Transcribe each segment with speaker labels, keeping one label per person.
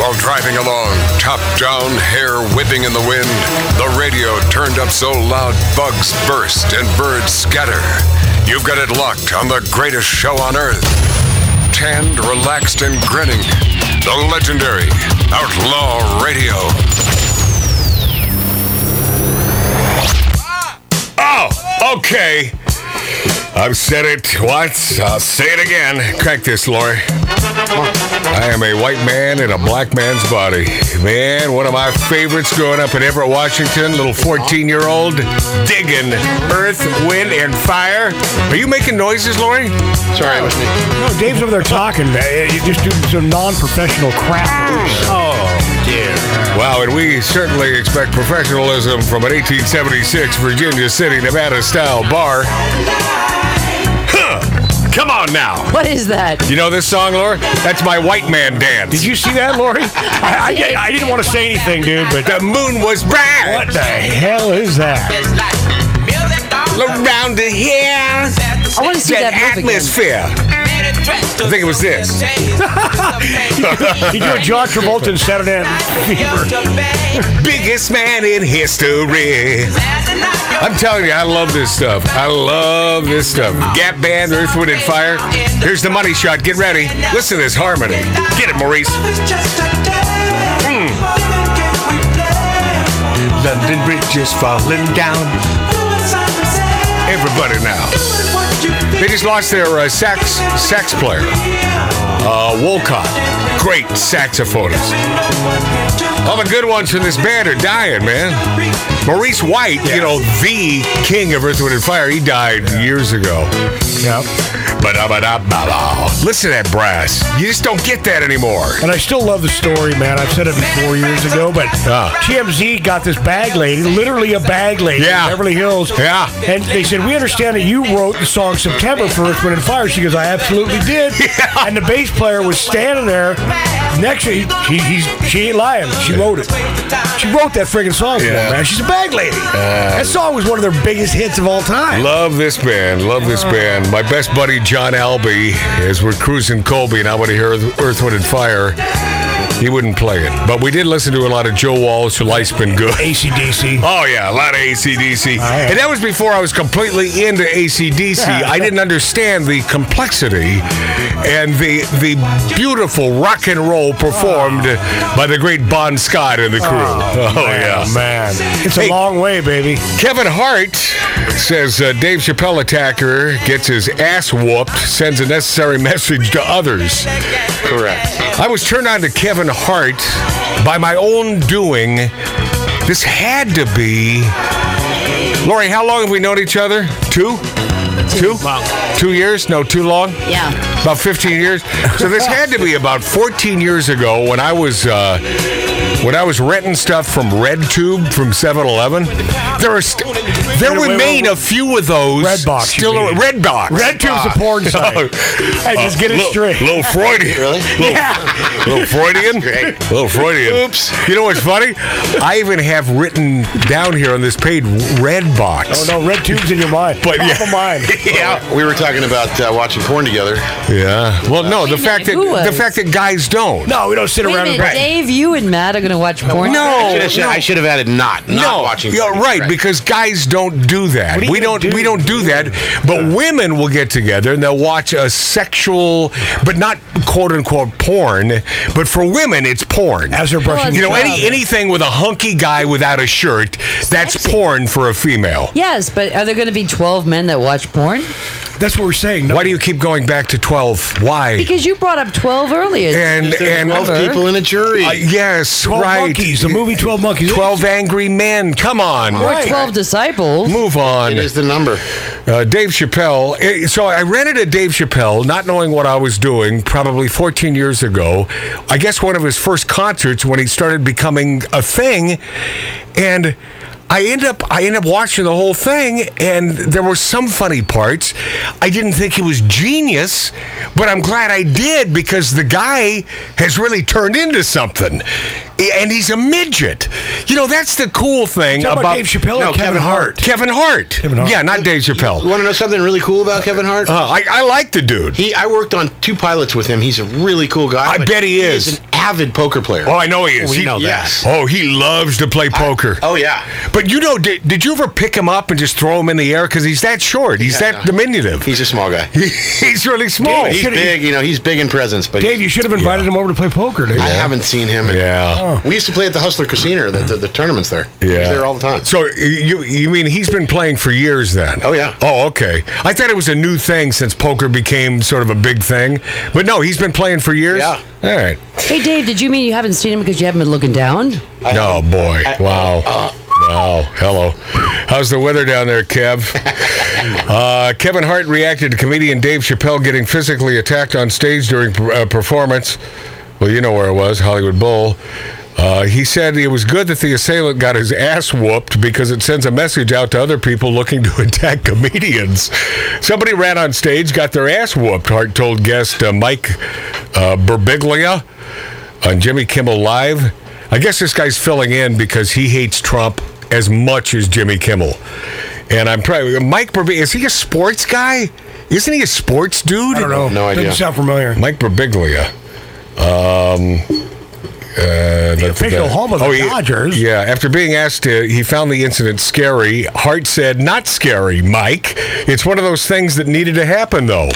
Speaker 1: While driving along, top down, hair whipping in the wind, the radio turned up so loud bugs burst and birds scatter. You've got it locked on the greatest show on earth. Tanned, relaxed, and grinning, the legendary Outlaw Radio. Ah!
Speaker 2: Oh, okay. I've said it once. I'll say it again. Crack this, Lori. I am a white man in a black man's body. Man, one of my favorites growing up in Everett, Washington, little 14 year old, digging earth, wind, and fire. Are you making noises, Lori?
Speaker 3: Sorry, it was me.
Speaker 4: No, Dave's over there talking. man. You're just doing some non-professional crap.
Speaker 2: Oh,
Speaker 3: Dear.
Speaker 2: wow, and we certainly expect professionalism from an 1876 Virginia City, Nevada style bar. Huh. Come on now.
Speaker 5: What is that?
Speaker 2: You know this song, Laura? That's my white man dance.
Speaker 4: Did you see that, Lori? I, I, did- I didn't want to say anything, dude, but
Speaker 2: The moon was bright.
Speaker 4: what the hell is that?
Speaker 2: Look around the hills.
Speaker 5: I want to see that,
Speaker 2: That
Speaker 5: move again.
Speaker 2: atmosphere.
Speaker 6: I
Speaker 2: think it was this.
Speaker 4: You do a John Travolta in Saturday Night Fever.
Speaker 2: Biggest man in history. I'm telling you, I love this stuff. I love this stuff. Gap Band, Earth, Wind, and Fire. Here's the money shot. Get ready. Listen to this harmony. Get it, Maurice. Hmm. London Bridge is falling down. Everybody now. They just lost their uh, sax sax player, uh, Wolcott. Great saxophonist. All the good ones from this band are dying, man. Maurice White, you know, the king of Earth, Wind, and Fire, he died years ago.
Speaker 4: Yep.
Speaker 2: Ba-da-ba-da-ba-da. Listen to that brass. You just don't get that anymore.
Speaker 4: And I still love the story, man. I've said it four years ago, but
Speaker 2: Ah.
Speaker 4: TMZ got this bag lady, literally a bag lady
Speaker 2: Yeah.
Speaker 4: in Beverly Hills.
Speaker 2: Yeah.
Speaker 4: And they said, We understand that you wrote the song September for Earth, Wind, and Fire. She goes, I absolutely did. And the bass player was standing there next to he, he, he's She ain't lying. She wrote it. She wrote that friggin' song for
Speaker 2: Yeah.
Speaker 4: him, man. She's a bag lady. that song was one of their biggest hits of all time.
Speaker 2: Love this band. Love this band. My best buddy John Albee, as we're cruising Colby, and I want to hear Earth, Wind, and Fire. He wouldn't play it, but we did listen to a lot of Joe Walsh. Your life's been good.
Speaker 4: ACDC.
Speaker 2: Oh yeah, a lot of ACDC,
Speaker 4: yeah.
Speaker 2: and that was before I was completely into ACDC.
Speaker 4: Yeah.
Speaker 2: I didn't understand the complexity and the the beautiful rock and roll performed by the great Bon Scott and the crew. Oh, yeah,
Speaker 4: man. It's
Speaker 2: Hey.
Speaker 4: a long way, baby.
Speaker 2: Kevin Hart says uh, Dave Chappelle attacker gets his ass whooped, sends a necessary message to others.
Speaker 3: Correct.
Speaker 2: I was turned on to Kevin Hart by my own doing. This had to be. Lori, how long have we known each other? Two? Two? Two years? No, too long?
Speaker 5: Yeah.
Speaker 2: About 15 years. So this had to be about 14 years ago when I was uh, when I was renting stuff from RedTube from 7-Eleven. There are st- there
Speaker 4: Wait, wait,
Speaker 2: remain
Speaker 4: wait.
Speaker 2: a few of those
Speaker 4: Redbox, you
Speaker 2: still
Speaker 4: mean.
Speaker 2: Redbox.
Speaker 4: RedTube's a porn
Speaker 2: Oh.
Speaker 4: site. Hey, just get it
Speaker 2: little,
Speaker 4: straight.
Speaker 2: Little Freudian.
Speaker 3: Really?
Speaker 2: Little, little Freudian. Little Freudian. Oops. You know what's funny? I even have written down here on this page Redbox.
Speaker 4: Oh no, red tubes in your mind.
Speaker 2: But,
Speaker 4: Top
Speaker 2: yeah.
Speaker 4: of mind.
Speaker 2: Yeah.
Speaker 3: We were talking about uh, watching porn together.
Speaker 2: Yeah. Well, no,
Speaker 5: Wait
Speaker 2: the
Speaker 5: a
Speaker 2: fact that
Speaker 5: minute, who
Speaker 2: the
Speaker 5: was?
Speaker 2: fact that guys don't.
Speaker 4: No, we don't sit
Speaker 5: Wait a
Speaker 4: around and
Speaker 5: minute, Dave. You and Matt are gonna watch porn.
Speaker 2: No.
Speaker 3: I should- I should have added not. Not
Speaker 2: no,
Speaker 3: watching
Speaker 2: you're
Speaker 3: porn.
Speaker 2: right, because guys don't do that.
Speaker 4: What do you
Speaker 2: we don't
Speaker 4: do?
Speaker 2: we don't do that. But women will get together and they'll watch a sexual, but not quote unquote porn. But for women, it's porn.
Speaker 4: as they're brushing.
Speaker 5: Well,
Speaker 2: you know, any
Speaker 5: Brother.
Speaker 2: anything with a hunky guy without a shirt, that's
Speaker 5: Sexy.
Speaker 2: porn for a female.
Speaker 5: Yes, but are there gonna be twelve men that watch porn?
Speaker 4: that's what we're saying. No,
Speaker 2: Why do you keep going back to twelve? Why?
Speaker 5: Because you brought up twelve earlier.
Speaker 2: and and
Speaker 3: Twelve people in a jury.
Speaker 2: Uh, yes,
Speaker 4: 12
Speaker 2: right.
Speaker 4: Monkeys, the movie Twelve Monkeys.
Speaker 2: Twelve angry men. Come on,
Speaker 5: or twelve disciples.
Speaker 2: move on.
Speaker 3: It is the number.
Speaker 2: Uh, Dave Chappelle. eh, So I rented a Dave Chappelle, not knowing what I was doing, probably 14 years ago. I guess one of his first concerts when he started becoming a thing, and I end up I end up watching the whole thing, and there were some funny parts. I didn't think he was genius, but I'm glad I did because the guy has really turned into something, and he's a midget. You know, that's the cool thing
Speaker 4: Talking
Speaker 2: about,
Speaker 4: about Dave Chappelle
Speaker 2: No,
Speaker 4: or Kevin Hart?
Speaker 2: Kevin Hart.
Speaker 4: Hart.
Speaker 2: Yeah, not Dave Chappelle.
Speaker 3: Want to know something really cool about Kevin Hart?
Speaker 2: Uh, I, I like the dude.
Speaker 3: He, Uh, I worked on two pilots with him. He's a really cool guy.
Speaker 2: I
Speaker 3: but
Speaker 2: bet he is.
Speaker 3: an avid poker player.
Speaker 2: Oh, I know he is.
Speaker 6: We
Speaker 2: he,
Speaker 6: know that.
Speaker 3: Yes.
Speaker 2: Oh, he loves to play poker.
Speaker 3: Oh, yeah.
Speaker 2: But you know, did, did you ever pick him up and just throw him in the air? Because he's that short. He's
Speaker 3: Yeah,
Speaker 2: that
Speaker 3: no.
Speaker 2: diminutive.
Speaker 3: He's a small guy.
Speaker 2: he's really small.
Speaker 4: Yeah,
Speaker 3: He's
Speaker 4: Should've-
Speaker 3: big, you know, he's Oh, big in presence, but
Speaker 4: Dave, you should have invited him over to play poker, dude.
Speaker 3: I haven't seen him. in-
Speaker 2: Yeah.
Speaker 3: We used to play at the Hustler Casino, the, the, the tournaments there. He was
Speaker 2: Yeah.
Speaker 3: Oh. there all the time.
Speaker 2: So you you mean he's been playing for years then?
Speaker 3: Oh, yeah.
Speaker 2: Oh okay. I thought it was a new thing since poker became sort of a big thing, but no, he's been playing for years.
Speaker 3: Yeah.
Speaker 2: All right.
Speaker 5: Hey, Dave, did you mean you haven't seen him because you haven't been looking down?
Speaker 2: No boy. wow. wow. Hello. How's the weather down there, Kev? uh, Kevin Hart reacted to comedian Dave Chappelle getting physically attacked on stage during a performance. Well, you know where it was, Hollywood Bowl. Uh, he said it was good that the assailant got his ass whooped because it sends a message out to other people looking to attack comedians. Somebody ran on stage, got their ass whooped, Hart told guest uh, Mike uh, Birbiglia on Jimmy Kimmel Live. I guess this guy's filling in because he hates Trump as much as Jimmy Kimmel. And I'm probably Mike Birbiglia. Is he a sports guy? Isn't he a sports dude?
Speaker 4: I don't know.
Speaker 3: No idea.
Speaker 4: Doesn't sound familiar.
Speaker 2: Mike Birbiglia. Um, uh, the
Speaker 4: official home of the Dodgers.
Speaker 2: Yeah, after being asked, uh, he found the incident scary. Hart said, "Not scary, Mike. It's one of those things that needed to happen, though."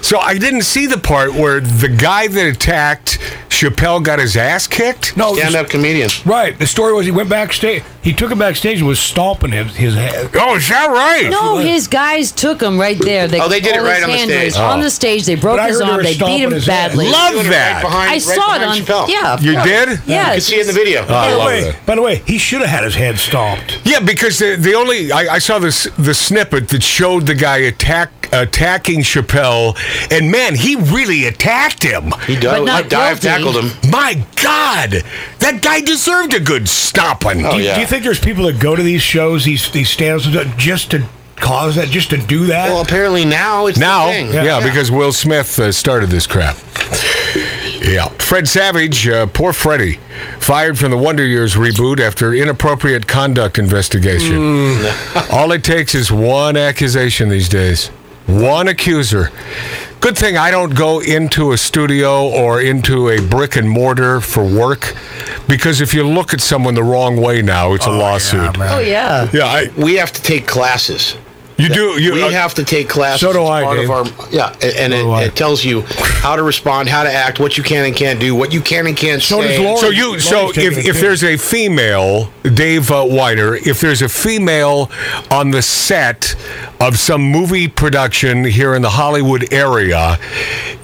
Speaker 2: So I didn't see the part where the guy that attacked Chappelle got his ass kicked.
Speaker 4: No,
Speaker 3: Stand
Speaker 4: the-
Speaker 3: up comedian.
Speaker 4: right. The story was he went backstage. He took him backstage and was stomping his his head.
Speaker 2: Oh, is that right?
Speaker 5: No, his guys took him right there. They
Speaker 3: Oh, they did
Speaker 5: all
Speaker 3: it right
Speaker 5: his
Speaker 3: on the
Speaker 5: hand
Speaker 3: stage. Oh.
Speaker 5: was On the stage, they broke
Speaker 4: But I
Speaker 5: his
Speaker 4: heard they
Speaker 5: arm.
Speaker 4: were
Speaker 5: They beat
Speaker 4: stomping
Speaker 5: him
Speaker 4: his head.
Speaker 5: badly.
Speaker 2: Love
Speaker 3: Doing it
Speaker 2: that.
Speaker 3: Right behind,
Speaker 5: I
Speaker 3: right
Speaker 5: saw it
Speaker 3: behind
Speaker 5: on.
Speaker 3: Chappelle.
Speaker 5: Yeah, of
Speaker 2: You
Speaker 5: course.
Speaker 2: did?
Speaker 5: Yeah,
Speaker 3: You can
Speaker 5: it's
Speaker 3: see it in the
Speaker 5: just-
Speaker 3: video.
Speaker 2: I
Speaker 4: By the
Speaker 2: love
Speaker 4: way,
Speaker 2: that.
Speaker 4: by the way, he should have had his head stomped.
Speaker 2: Yeah, because the, the only I, I saw this the snippet that showed the guy attack attacking Chappelle, and man, he really attacked him.
Speaker 3: He dove,
Speaker 5: not
Speaker 3: he dive
Speaker 5: guilty.
Speaker 3: tackled him.
Speaker 2: My God, that guy deserved a good stomping.
Speaker 3: Oh,
Speaker 4: Do you,
Speaker 3: yeah.
Speaker 4: do you think there's people that go to these shows, these these stand-ups, just to cause that, just to do that?
Speaker 3: Well, apparently now it's the
Speaker 2: Now,
Speaker 3: thing.
Speaker 2: yeah, because Will Smith uh, started this crap. Yeah, Fred Savage, uh, poor Freddie, fired from the Wonder Years reboot after inappropriate conduct investigation.
Speaker 3: Mm.
Speaker 2: All it takes is one accusation these days, one accuser. Good thing I don't go into a studio or into a brick and mortar for work, because if you look at someone the wrong way now, it's a lawsuit.
Speaker 4: man.
Speaker 5: Oh yeah.
Speaker 2: Yeah, I,
Speaker 3: we have to take classes.
Speaker 2: you do. You
Speaker 3: we
Speaker 2: uh,
Speaker 3: have to take classes.
Speaker 4: So do
Speaker 3: It's
Speaker 4: I,
Speaker 3: part of
Speaker 4: Dave.
Speaker 3: our- yeah, a- and,
Speaker 4: So do I.
Speaker 3: it, it tells you how to respond, how to act, what you can and can't do, what you can and can't
Speaker 4: So
Speaker 3: say.
Speaker 4: does Lauren.
Speaker 2: So you, so
Speaker 4: Lori's taking
Speaker 2: if,
Speaker 4: it
Speaker 2: if
Speaker 4: too.
Speaker 2: there's a female, Dave uh, Weiner, if there's a female on the set of some movie production here in the Hollywood area,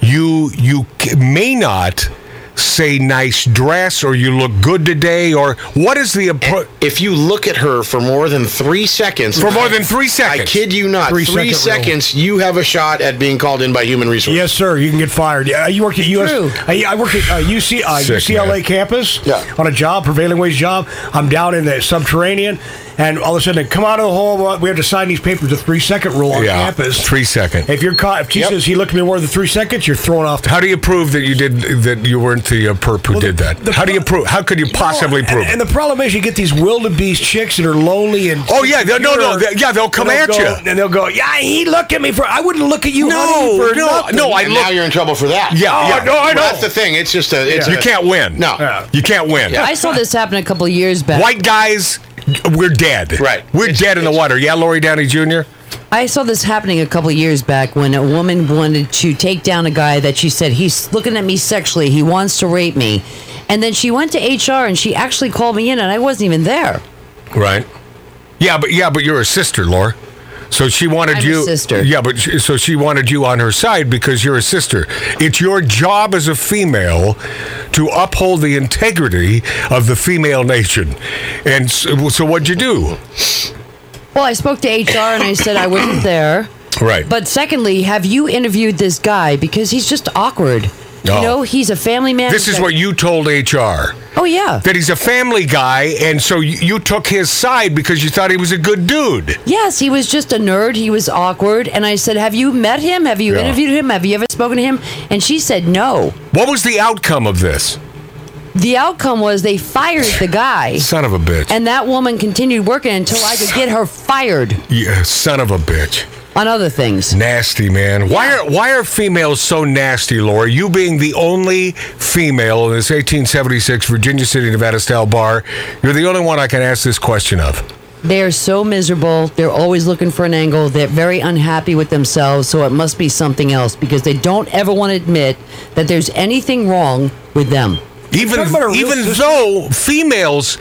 Speaker 2: you you c- may not say nice dress or you look good today or what is the appro-
Speaker 3: If you look at her for more than three seconds,
Speaker 2: for more than three seconds?
Speaker 3: I kid you not,
Speaker 4: Three
Speaker 3: three,
Speaker 4: second rule.
Speaker 3: seconds, you have a shot at being called in by human resources.
Speaker 4: Yes, sir. You can get fired. Yeah, you work at US.
Speaker 5: True.
Speaker 4: I, I work at uh, UC, uh,
Speaker 2: Sick,
Speaker 4: UCLA
Speaker 2: man.
Speaker 4: campus
Speaker 3: Yeah.
Speaker 4: on a job, prevailing wage job. I'm down in the subterranean, and all of a sudden they come out of the hall. We have to sign these papers. The three second rule on
Speaker 2: Yeah,
Speaker 4: campus.
Speaker 2: three second.
Speaker 4: If you're caught, if she
Speaker 3: Yep.
Speaker 4: says he looked at me more than three seconds, you're thrown off. The
Speaker 2: How do you prove that you did that you weren't the uh, perp who
Speaker 4: Well, the-
Speaker 2: did that?
Speaker 4: the
Speaker 2: how do you
Speaker 4: pro-
Speaker 2: prove? How could you possibly
Speaker 4: Oh, and,
Speaker 2: prove? it?
Speaker 4: And the problem is, you get these wildebeest chicks that are lonely and
Speaker 2: Oh, yeah, they'll- no, no,
Speaker 4: insecure,
Speaker 2: they- yeah, they'll come
Speaker 4: and
Speaker 2: at
Speaker 4: go-
Speaker 2: ya.
Speaker 4: and they'll go, yeah, he looked at me for. I wouldn't look at you.
Speaker 2: No,
Speaker 4: honey, for
Speaker 2: no,
Speaker 4: nothing."
Speaker 2: no, Oh, I
Speaker 3: and
Speaker 2: look-
Speaker 3: now you're in trouble for that.
Speaker 2: Yeah,
Speaker 4: Oh,
Speaker 2: yeah.
Speaker 4: no, I
Speaker 3: Well,
Speaker 4: know.
Speaker 3: that's the thing. It's just a. It's
Speaker 2: you
Speaker 3: a-
Speaker 2: can't win.
Speaker 3: No.
Speaker 4: Yeah.
Speaker 2: you can't win.
Speaker 5: I saw this happen a couple years back.
Speaker 2: White guys, we're dead.
Speaker 3: Right.
Speaker 2: We're
Speaker 3: It's-
Speaker 2: dead in the
Speaker 3: it's-
Speaker 2: water. Yeah, Lori Downey Jr.
Speaker 5: I saw this happening a couple years back when a woman wanted to take down a guy that she said he's looking at me sexually. He wants to rape me, and then she went to HR and she actually called me in, and I wasn't even there.
Speaker 2: Right. Yeah, but yeah, but you're a sister, Lori. So she wanted
Speaker 5: I'm a
Speaker 2: you.
Speaker 5: sister.
Speaker 2: Yeah, but she, so she wanted you on her side because you're a sister. It's your job as a female to uphold the integrity of the female nation. And so, so what'd you do?
Speaker 5: Well, I spoke to HR and I said I wasn't there.
Speaker 2: Right.
Speaker 5: But secondly, have you interviewed this guy because he's just awkward?
Speaker 2: No.
Speaker 5: You know, he's a family man.
Speaker 2: this is what you told HR.
Speaker 5: Oh yeah.
Speaker 2: That he's a family guy, and so you, you took his side because you thought he was a good dude.
Speaker 5: Yes, he was just a nerd. He was awkward. And I said, Have you met him? Have you
Speaker 2: Yeah.
Speaker 5: interviewed him? Have you ever spoken to him? And she said, No.
Speaker 2: What was the outcome of this?
Speaker 5: The outcome was they fired the guy.
Speaker 2: Son of a bitch.
Speaker 5: And that woman continued working until I could get her fired.
Speaker 2: Yeah, son of a bitch.
Speaker 5: on other things.
Speaker 2: Nasty man. Why are why are females so nasty, Laura? You being the only female in this 1876 Virginia City, Nevada style bar, you're the only one I can ask this question of.
Speaker 5: They are so miserable. They're always looking for an angle. They're very unhappy with themselves, so it must be something else because they don't ever want to admit that there's anything wrong with them.
Speaker 2: Even
Speaker 4: Talking about a real
Speaker 2: even
Speaker 4: sister.
Speaker 2: though females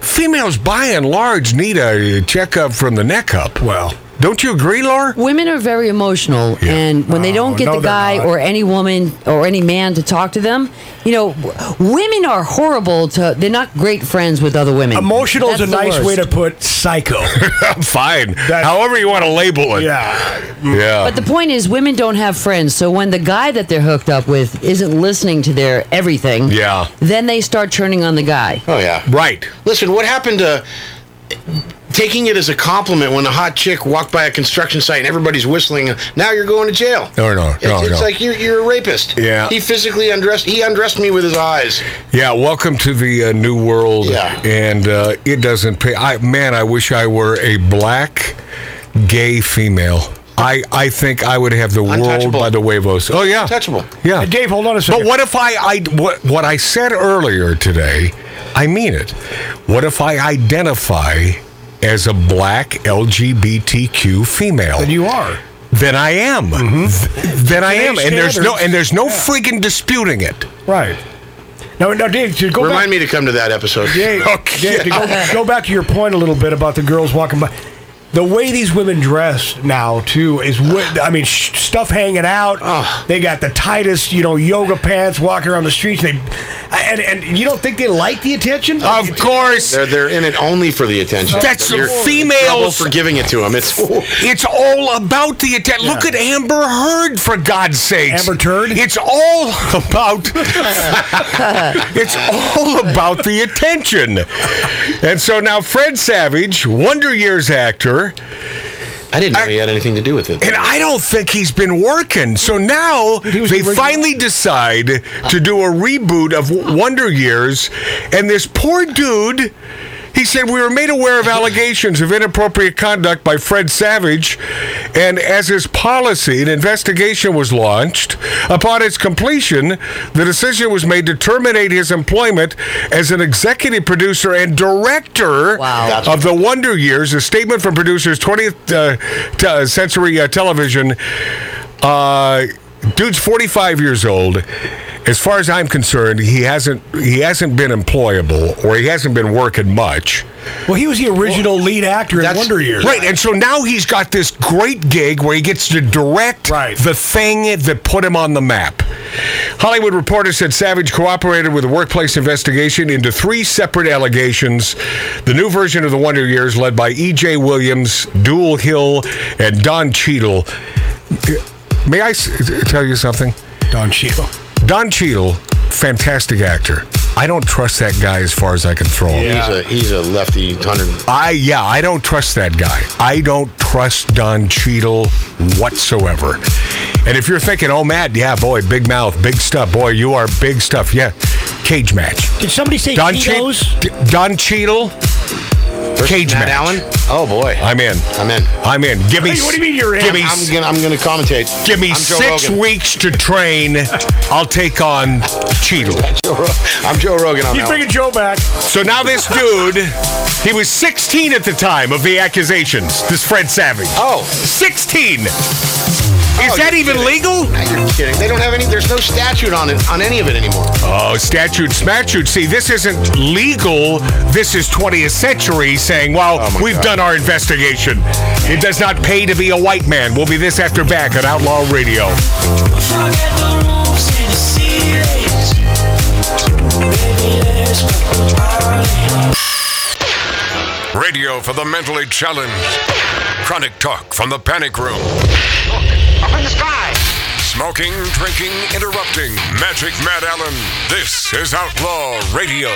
Speaker 2: females by and large need a checkup from the neck up. Well, don't you agree, Laura?
Speaker 5: Women are very emotional,
Speaker 2: Yeah.
Speaker 5: and when they don't
Speaker 4: Oh,
Speaker 5: get
Speaker 4: no,
Speaker 5: the
Speaker 4: they're
Speaker 5: guy
Speaker 4: not.
Speaker 5: or any woman or any man to talk to them, you know, w- women are horrible to. They're not great friends with other women.
Speaker 4: Emotional is a
Speaker 5: That's the
Speaker 4: nice way
Speaker 5: worst.
Speaker 4: to put psycho.
Speaker 2: Fine.
Speaker 4: That's-
Speaker 2: However you want to label it.
Speaker 4: yeah.
Speaker 2: Yeah.
Speaker 5: But the point is, women don't have friends. So when the guy that they're hooked up with isn't listening to their everything,
Speaker 2: Yeah.
Speaker 5: then they start turning on the guy.
Speaker 3: Oh yeah.
Speaker 2: right.
Speaker 3: Listen, what happened to taking it as a compliment when a hot chick walked by a construction site and everybody's whistling? Now you're going to jail.
Speaker 2: No, no,
Speaker 3: it's,
Speaker 2: no,
Speaker 3: it's
Speaker 2: no.
Speaker 3: like you're, you're a rapist.
Speaker 2: Yeah.
Speaker 3: He physically undressed. He undressed me with his eyes.
Speaker 2: Yeah, welcome to the uh, new world.
Speaker 3: Yeah.
Speaker 2: And uh, it doesn't pay. I, man, I wish I were a black gay female. I, I think I would have the world
Speaker 3: Untouchable.
Speaker 2: by the huevos. Oh, yeah.
Speaker 3: Touchable.
Speaker 2: Yeah.
Speaker 4: Hey, Dave, hold on a second.
Speaker 2: But what if I, I what, what I said earlier today, I mean it. What if I identify as a black LGBTQ female?
Speaker 4: And you are.
Speaker 2: Then I am. Th- then I am.
Speaker 4: Today's
Speaker 2: And there's no
Speaker 4: standards.
Speaker 2: and there's no
Speaker 4: Yeah.
Speaker 2: freaking disputing it.
Speaker 4: Right. Now, now Dave, to go back
Speaker 3: Remind me to come to that episode.
Speaker 4: Dave,
Speaker 2: Okay.
Speaker 4: Dave, to go, go back to your point a little bit about the girls walking by. The way these women dress now too is, wi- I mean, sh- stuff hanging out.
Speaker 3: Ugh.
Speaker 4: They got the tightest, you know, yoga pants walking around the streets. They, and and you don't think they like the attention?
Speaker 2: Of course.
Speaker 3: They're they're in it only for the attention.
Speaker 2: That's
Speaker 3: You're
Speaker 2: the
Speaker 3: in
Speaker 2: females.
Speaker 3: trouble for giving it to them. It's
Speaker 2: It's all about the attack. Look
Speaker 4: Yeah.
Speaker 2: at Amber Heard, for God's sake.
Speaker 4: Amber Turd?
Speaker 2: It's all about. it's all about the attention. And so now Fred Savage, Wonder Years actor,
Speaker 3: I didn't know he had anything to do with it.
Speaker 2: and I don't think he's been working. So now
Speaker 4: he was
Speaker 2: they
Speaker 4: original.
Speaker 2: finally decide to do a reboot of Wonder Years, and this poor dude. He said, We were made aware of allegations of inappropriate conduct by Fred Savage, and as his policy, an investigation was launched. Upon its completion, the decision was made to terminate his employment as an executive producer and director
Speaker 5: Wow.
Speaker 3: That's
Speaker 2: of the Wonder Years, a statement from producers 20th uh, t- uh, Century uh, Television. Uh, dude's 45 years old. As far as I'm concerned, he hasn't he hasn't been employable or he hasn't been working much.
Speaker 4: well, he was the original lead actor in
Speaker 3: that's-
Speaker 4: Wonder Years.
Speaker 2: Right, and so now he's got this great gig where he gets to direct
Speaker 4: Right.
Speaker 2: the thing that put him on the map. Hollywood Reporter said Savage cooperated with a workplace investigation into three separate allegations. The new version of The Wonder Years, led by E.J. Williams, Dual Hill, and Don Cheadle. May I s- tell you something?
Speaker 4: Don Cheadle.
Speaker 2: Don Cheadle, fantastic actor. I don't trust that guy as far as I can throw him.
Speaker 3: He's a he's a lefty hundred.
Speaker 2: I yeah, I don't trust that guy. I don't trust Don Cheadle whatsoever. And if you're thinking, oh Matt, yeah, boy, big mouth, big stuff, boy, you are big stuff. Yeah, cage match.
Speaker 6: Did somebody say
Speaker 2: Don Cheadle,
Speaker 6: Cheetos?
Speaker 2: Don Cheadle, cage
Speaker 3: Matt
Speaker 2: match.
Speaker 3: Allen. Oh boy.
Speaker 2: I'm in.
Speaker 3: I'm in.
Speaker 2: I'm in. Give me.
Speaker 4: Hey, what do you mean you're in?
Speaker 2: Give me.
Speaker 3: I'm gonna I'm gonna commentate.
Speaker 2: Give me
Speaker 3: I'm Joe
Speaker 2: six
Speaker 3: Rogan.
Speaker 2: weeks to train. I'll take on Cheadle.
Speaker 3: Joe Ro- I'm Joe Rogan on
Speaker 4: He's
Speaker 3: that
Speaker 4: bringing Joe back.
Speaker 2: So now this dude, he was 16 at the time of the accusations. This Fred Savage.
Speaker 3: one. Oh,
Speaker 2: 16. Is that
Speaker 3: you're
Speaker 2: even
Speaker 3: kidding.
Speaker 2: legal?
Speaker 3: now you're kidding. They don't have any. There's no statute on it on any of it anymore.
Speaker 2: Oh, statute, smatute. See, this isn't legal. This is 20th century saying, well,
Speaker 3: Oh, my
Speaker 2: we've
Speaker 3: God.
Speaker 2: done our investigation. It does not pay to be a white man. We'll be this after back on Outlaw Radio.
Speaker 1: Radio for the mentally challenged. Chronic talk from the panic room.
Speaker 7: Up in the sky.
Speaker 1: Smoking, drinking, interrupting. Magic Matt Allen. This is Outlaw Radio.